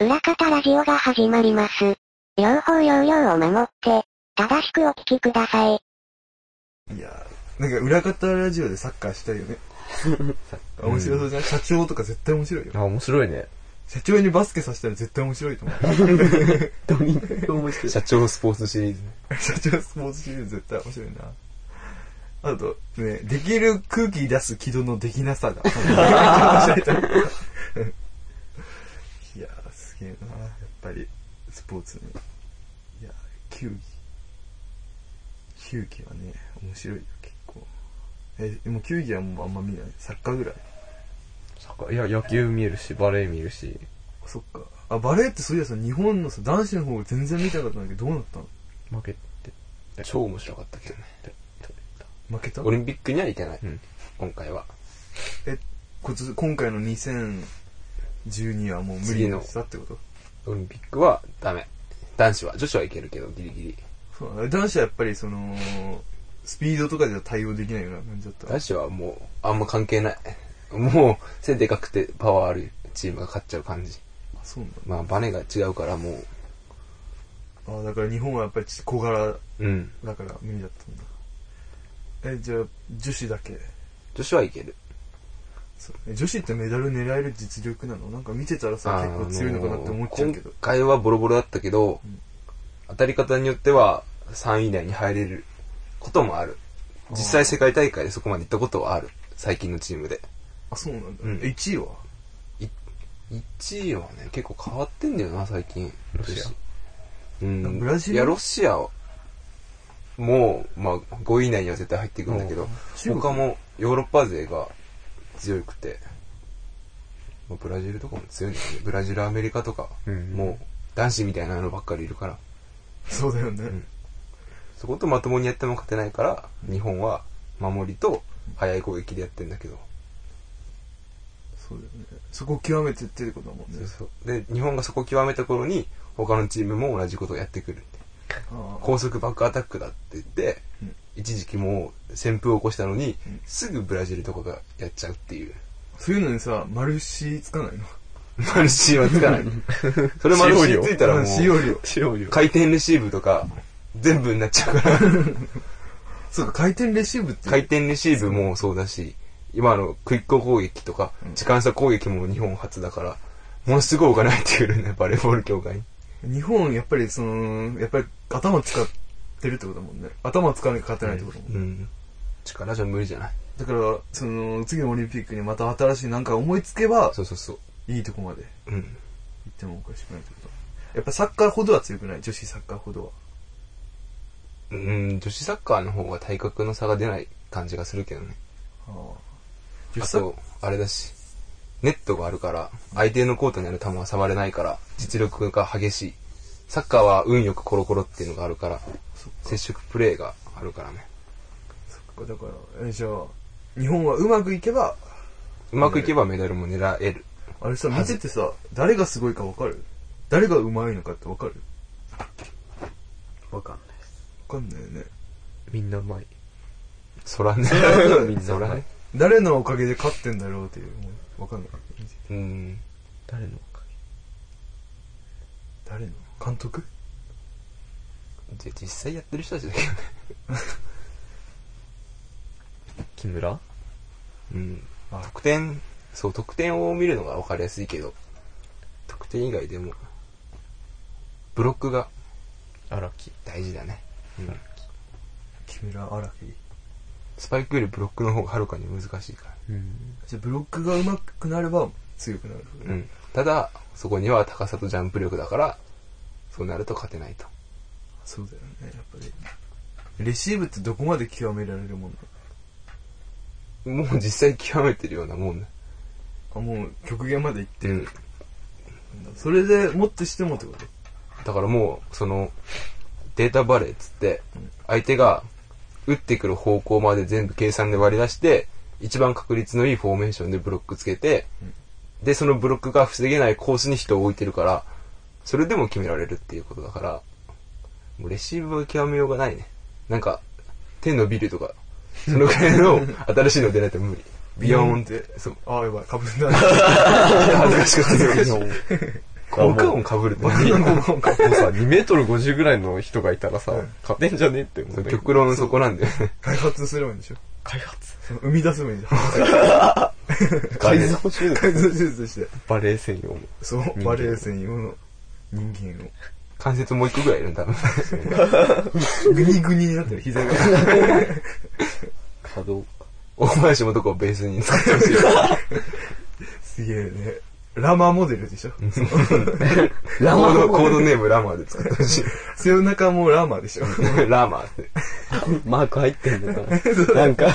裏方ラジオが始まります。両方要領を守って、正しくお聞きください。いやー、なんか裏方ラジオでサッカーしたいよね。サッカー面白そうじゃない、うん、社長とか絶対面白いよ。あ、面白いね。社長にバスケさせたら絶対面白いと思う。社長スポーツシリーズ。社長スポーツシリーズ絶対面白いな。あと、ね、できる空気出す軌道のできなさが。いやー、すげえな。やっぱり、スポーツに。いやー、球技。球技はね、面白いよ、結構。え、でも球技はもうあんま見ない。サッカーぐらい。サッカーいや、野球見るし、バレー見るし。そっか。あ、バレーってそういやさ、日本のさ、男子の方全然見たことないけど、どうなったの負けて。超面白かったけどね。負けたオリンピックにはいけない、うん、今回はえこ今回の2012はもう無理にしたってことオリンピックはダメ男子は女子はいけるけどギリギリそう男子はやっぱりそのスピードとかじゃ対応できないような感じだった男子はもうあんま関係ないもう背でかくてパワーあるチームが勝っちゃう感じあそうなんだまあバネが違うからもうあだから日本はやっぱり小柄うんだから無理だったんだ、うんえ、じゃあ、女子だけ女子はいける。女子ってメダル狙える実力なのなんか見てたらさ、結構強いのかなって思っちゃうけど。今回はボロボロだったけど、うん、当たり方によっては3位以内に入れることもある。実際世界大会でそこまで行ったことはある。最近のチームで。あ、そうなんだ。うん、1位はい ?1 位はね、結構変わってんだよな、最近。ロシア。うん。ブラジルいや、ロシアもう、まあ、5位以内には絶対入っていくんだけど、他もヨーロッパ勢が強くて、まあ、ブラジルとかも強いんだけど、ブラジル、アメリカとか、もう男子みたいなのばっかりいるから。そうだよね、うん、そことまともにやっても勝てないから、日本は守りと速い攻撃でやってんだけど。そうだよね。そこを極めてっていうことだもんね。そうそう。で、日本がそこを極めた頃に、他のチームも同じことをやってくるって。高速バックアタックだって言って、うん、一時期もう旋風を起こしたのに、うん、すぐブラジルとかがやっちゃうっていう。 そういうのにさ、マルシーつかないのマルシーはつかない。 それマルシーついたらもう、回転レシーブとか、全部になっちゃうからそうか、回転レシーブって。回転レシーブもそうだし、今のクイック攻撃とか、時間差攻撃も日本初だから、ものすごいお金入ってくるね、バレーボール協会に。日本、やっぱりその、やっぱり頭使ってるってことだもんね。頭使わなきゃ勝てないってことだもんね。うん、力じゃ無理じゃない。だから、その、次のオリンピックにまた新しいなんか思いつけば、。そうそうそういいとこまで。うん。行ってもおかしくないってことやっぱサッカーほどは強くない女子サッカーほどは。うん、女子サッカーの方が体格の差が出ない感じがするけどね。はあ、あと、あれだし、ネットがあるから、相手のコートにある球は触れないから、実力が激しい。サッカーは運よくコロコロっていうのがあるから、か接触プレーがあるからね。そっか、だから、え、じゃあ、日本はうまくいけば、うまくいけばメダルも狙える。あれさ、見ててさ、誰がすごいかわかる誰がうまいのかってわかるわかんない。わかんないよね。みんなうまい。そらね。みんなうまい。誰のおかげで勝ってんだろうっていう。わかんない。うん。誰のおかげ誰の監督じゃ実際やってる人たちだけどね木村うん。得点、そう、得点を見るのが分かりやすいけど、得点以外でも、ブロックが、荒 木。大事だね。うん、木村荒木。スパイクよりブロックの方がはるかに難しいから。うん、じゃブロックが上手くなれば強くなる、うん。ただ、そこには高さとジャンプ力だから、そうなると勝てないと。そうだよね、やっぱり。レシーブってどこまで極められるもんだもう実際極めてるようなもんだ。あ、もう極限までいってる。うん、それでもってしてもってことだからもう、その、データバレーっつって、相手が打ってくる方向まで全部計算で割り出して、一番確率のいいフォーメーションでブロックつけて、うん、で、そのブロックが防げないコースに人を置いてるから、それでも決められるっていうことだから、もうレシーブは極めようがないね。なんか、手伸びるとか、そのくらいの新しいの出ないと無理。ビヨーンって。そう。ああ、やばい、かぶんだ。恥ずかしく恥ずかしい。効果音かぶるってそん何なもんかもうさ、2メートル50ぐらいの人がいたらさうん、勝てんじゃねえって思うんだけど。極論そこなんだよね。 開発すればいいんでしょ開発。その生み出せばいいん でしょ改造中改造手術して。バレエ専用の。そう、間バレエ専用の人間を。関節もう一個ぐらいいるんだ。グニグニになってる、膝が。稼働。大林もどこをベースに使ってほしい。すげえね。ラマモデルでしょ ラマのコードネームラマで作ってほし い。背中もラマでしょラマって。マーク入ってんのかななんか、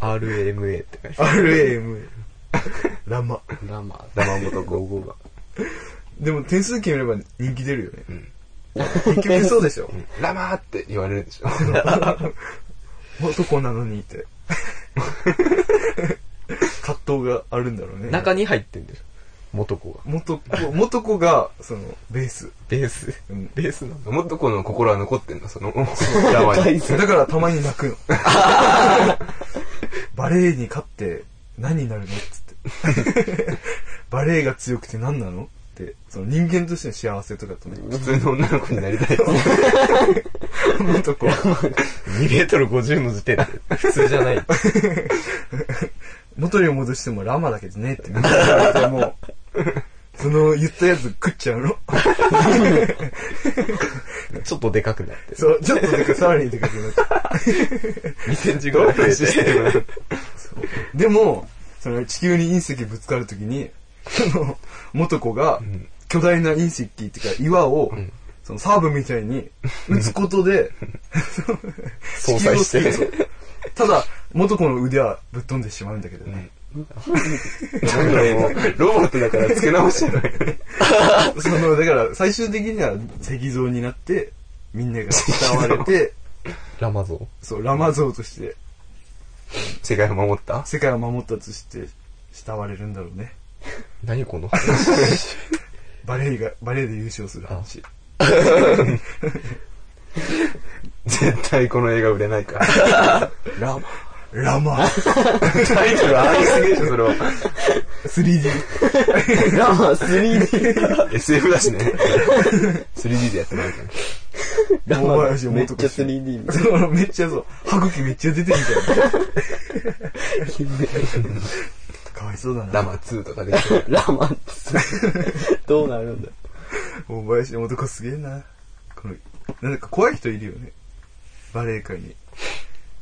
RMA って書いてあ ?RAM。ラマ。ラマラマもどこ。語が。でも点数決めれば人気出るよね。ん結局そうでしょラマって言われるでし ょ。男なのにって。葛藤があるんだろうね。る。中に入ってんでしょ。元子が。元子、元子が、その、ベース。ベース。うんベースなんだ。もっとこの心は残ってんだ、 その、ラマ改に。造だからたまに泣くの。バレエに勝って何になるのっつって。バレエが強くて何なのって、その人間としての幸せとかとね、普通の女の子になり たい。元子は2メートル50の時点で。普通じゃない。元に戻してもラマだけどねってみんな言われてもう、その言ったやつ食っちゃうの。ちょっとでかくなって。そう、ちょっとでか、さらにでかくなっちゃ2センチぐらい増えシステて。ムなのう。 でも、その地球に隕石ぶつかるときに、その、元子がん巨大な隕石っていうか岩を、そのサーブみたいに打つことで、その相殺して地球を救うそうただ、元子の腕はぶっ飛んでしまうんだけどね。なんかもう、ロボットだから付け直してない。その、だから最終的には石像になって、みんなが慕われて、ラマゾそう、ラマ像として世界を守った世界を守ったとして慕われるんだろうね。ウ。何この話。バレエが、バレエで優勝する話。絶対この映画売れない から。ラマラマタイトルありすぎでしょ、それ は。 3D。ラマ 3D。 SF だしね。3D でやってないから。ラ大マめっ林ちゃ元子 3D みたい。そのめっちゃそう、歯茎めっちゃ出てるみたいな。かわいそうだラな。マ2とかできてる。ラマってさどうなるんだ大林元子すげえな。この、なんか怖い人いるよね。バレエ界に。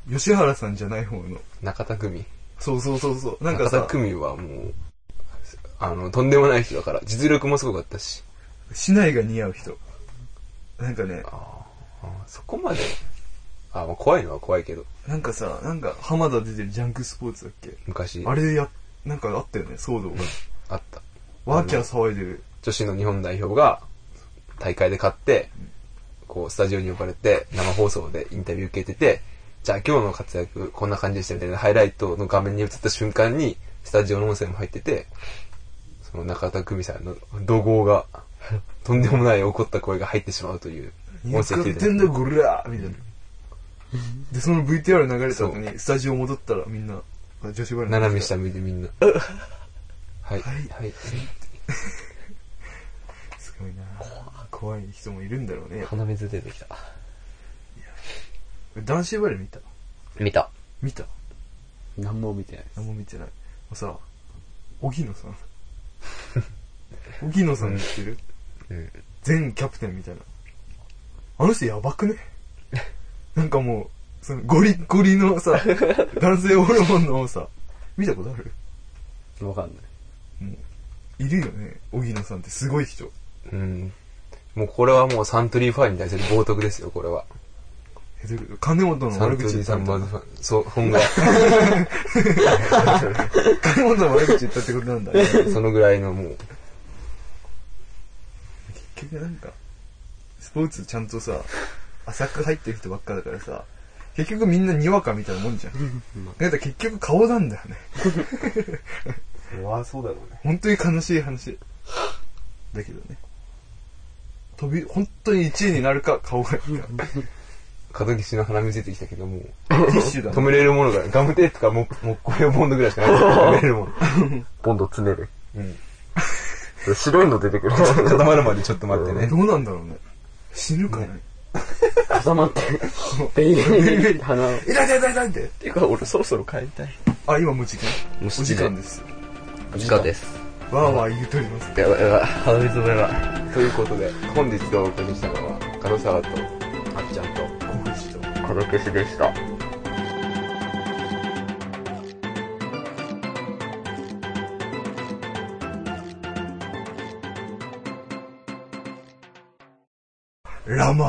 吉原さんじゃない方の。中田久美。そうそうそうそう。なんか中田さ、久美はもう、あの、とんでもない人だから、実力もすごかったし。市内が似合う人。なんかね、あそこまで。あ、まあ、怖いのは怖いけど、なんかさ、なんか浜田出てるジャンクスポーツだっけ昔、あれでや、なんかあったよね、騒動が。あった。ワーキャー騒いでる。女子の日本代表が、大会で勝って、こう、スタジオに呼ばれて、生放送でインタビュー受けてて、じゃあ今日の活躍、こんな感じでしたみたいなハイライトの画面に映った瞬間に、スタジオの音声も入ってて、その中田久美さんの怒号が、とんでもない怒った声が入ってしまうという、や音声聞いっててんだよ、ゴリラーみたいな。で、その VTR 流れた後そに、スタジオ戻ったらみんな、女子バレーの人が斜め下見てみんな。はい、はい。すごいな怖い人もいるんだろうね。鼻水出てきた。男子バレー見た見た。見た何も見てないです。何も見てない。もうさ、荻野さん。荻野さん知ってるうん。全キャプテンみたいな。あの人やばくねなんかもう、そのゴリッゴリのさ、男性ホルモンのさ、見たことあるわかんない。いるよね、荻野さんってすごい人。うん。もうこれはもうサントリーファンに対する冒涜ですよ、これは。え、どういうこと金本のサ悪ントリ口言ーったさんみたまいずな。ファン。そう、本 が、金本の悪口言ったってことなんだね。そのぐらいのもう、結局なんか、スポーツちゃんとさ、浅く入ってる人ばっかだからさ、結局みんなにわかみたいなもんじゃん。だから結局顔なんだよね。わあ、そうだろうね。本当に悲しい話。だけどね。飛び、本当に1位になるか顔がいいか。片岸の鼻水出てきたけどもう、ティッシュだ止ね。めれるものが、ガムテープかも、もうこれボンドぐらいしかない。止めれるもの。ボンド詰める。うん。白いの出てくる。固まるまでちょっと待ってねど。うなんだろうね。死ぬかね。挟まって、ベイベイベイって 鼻を。痛い痛い痛い痛いって。ていうか、俺そろそろ帰りたい。あ、今もう時間もうお7時時間です。お時間です。わーわー言うとります。やばいやばい、鼻水もやばい。ということで、本日お送りしたのは、唐沢と、あっちゃんと、興奮した。この消しでした。ラマ。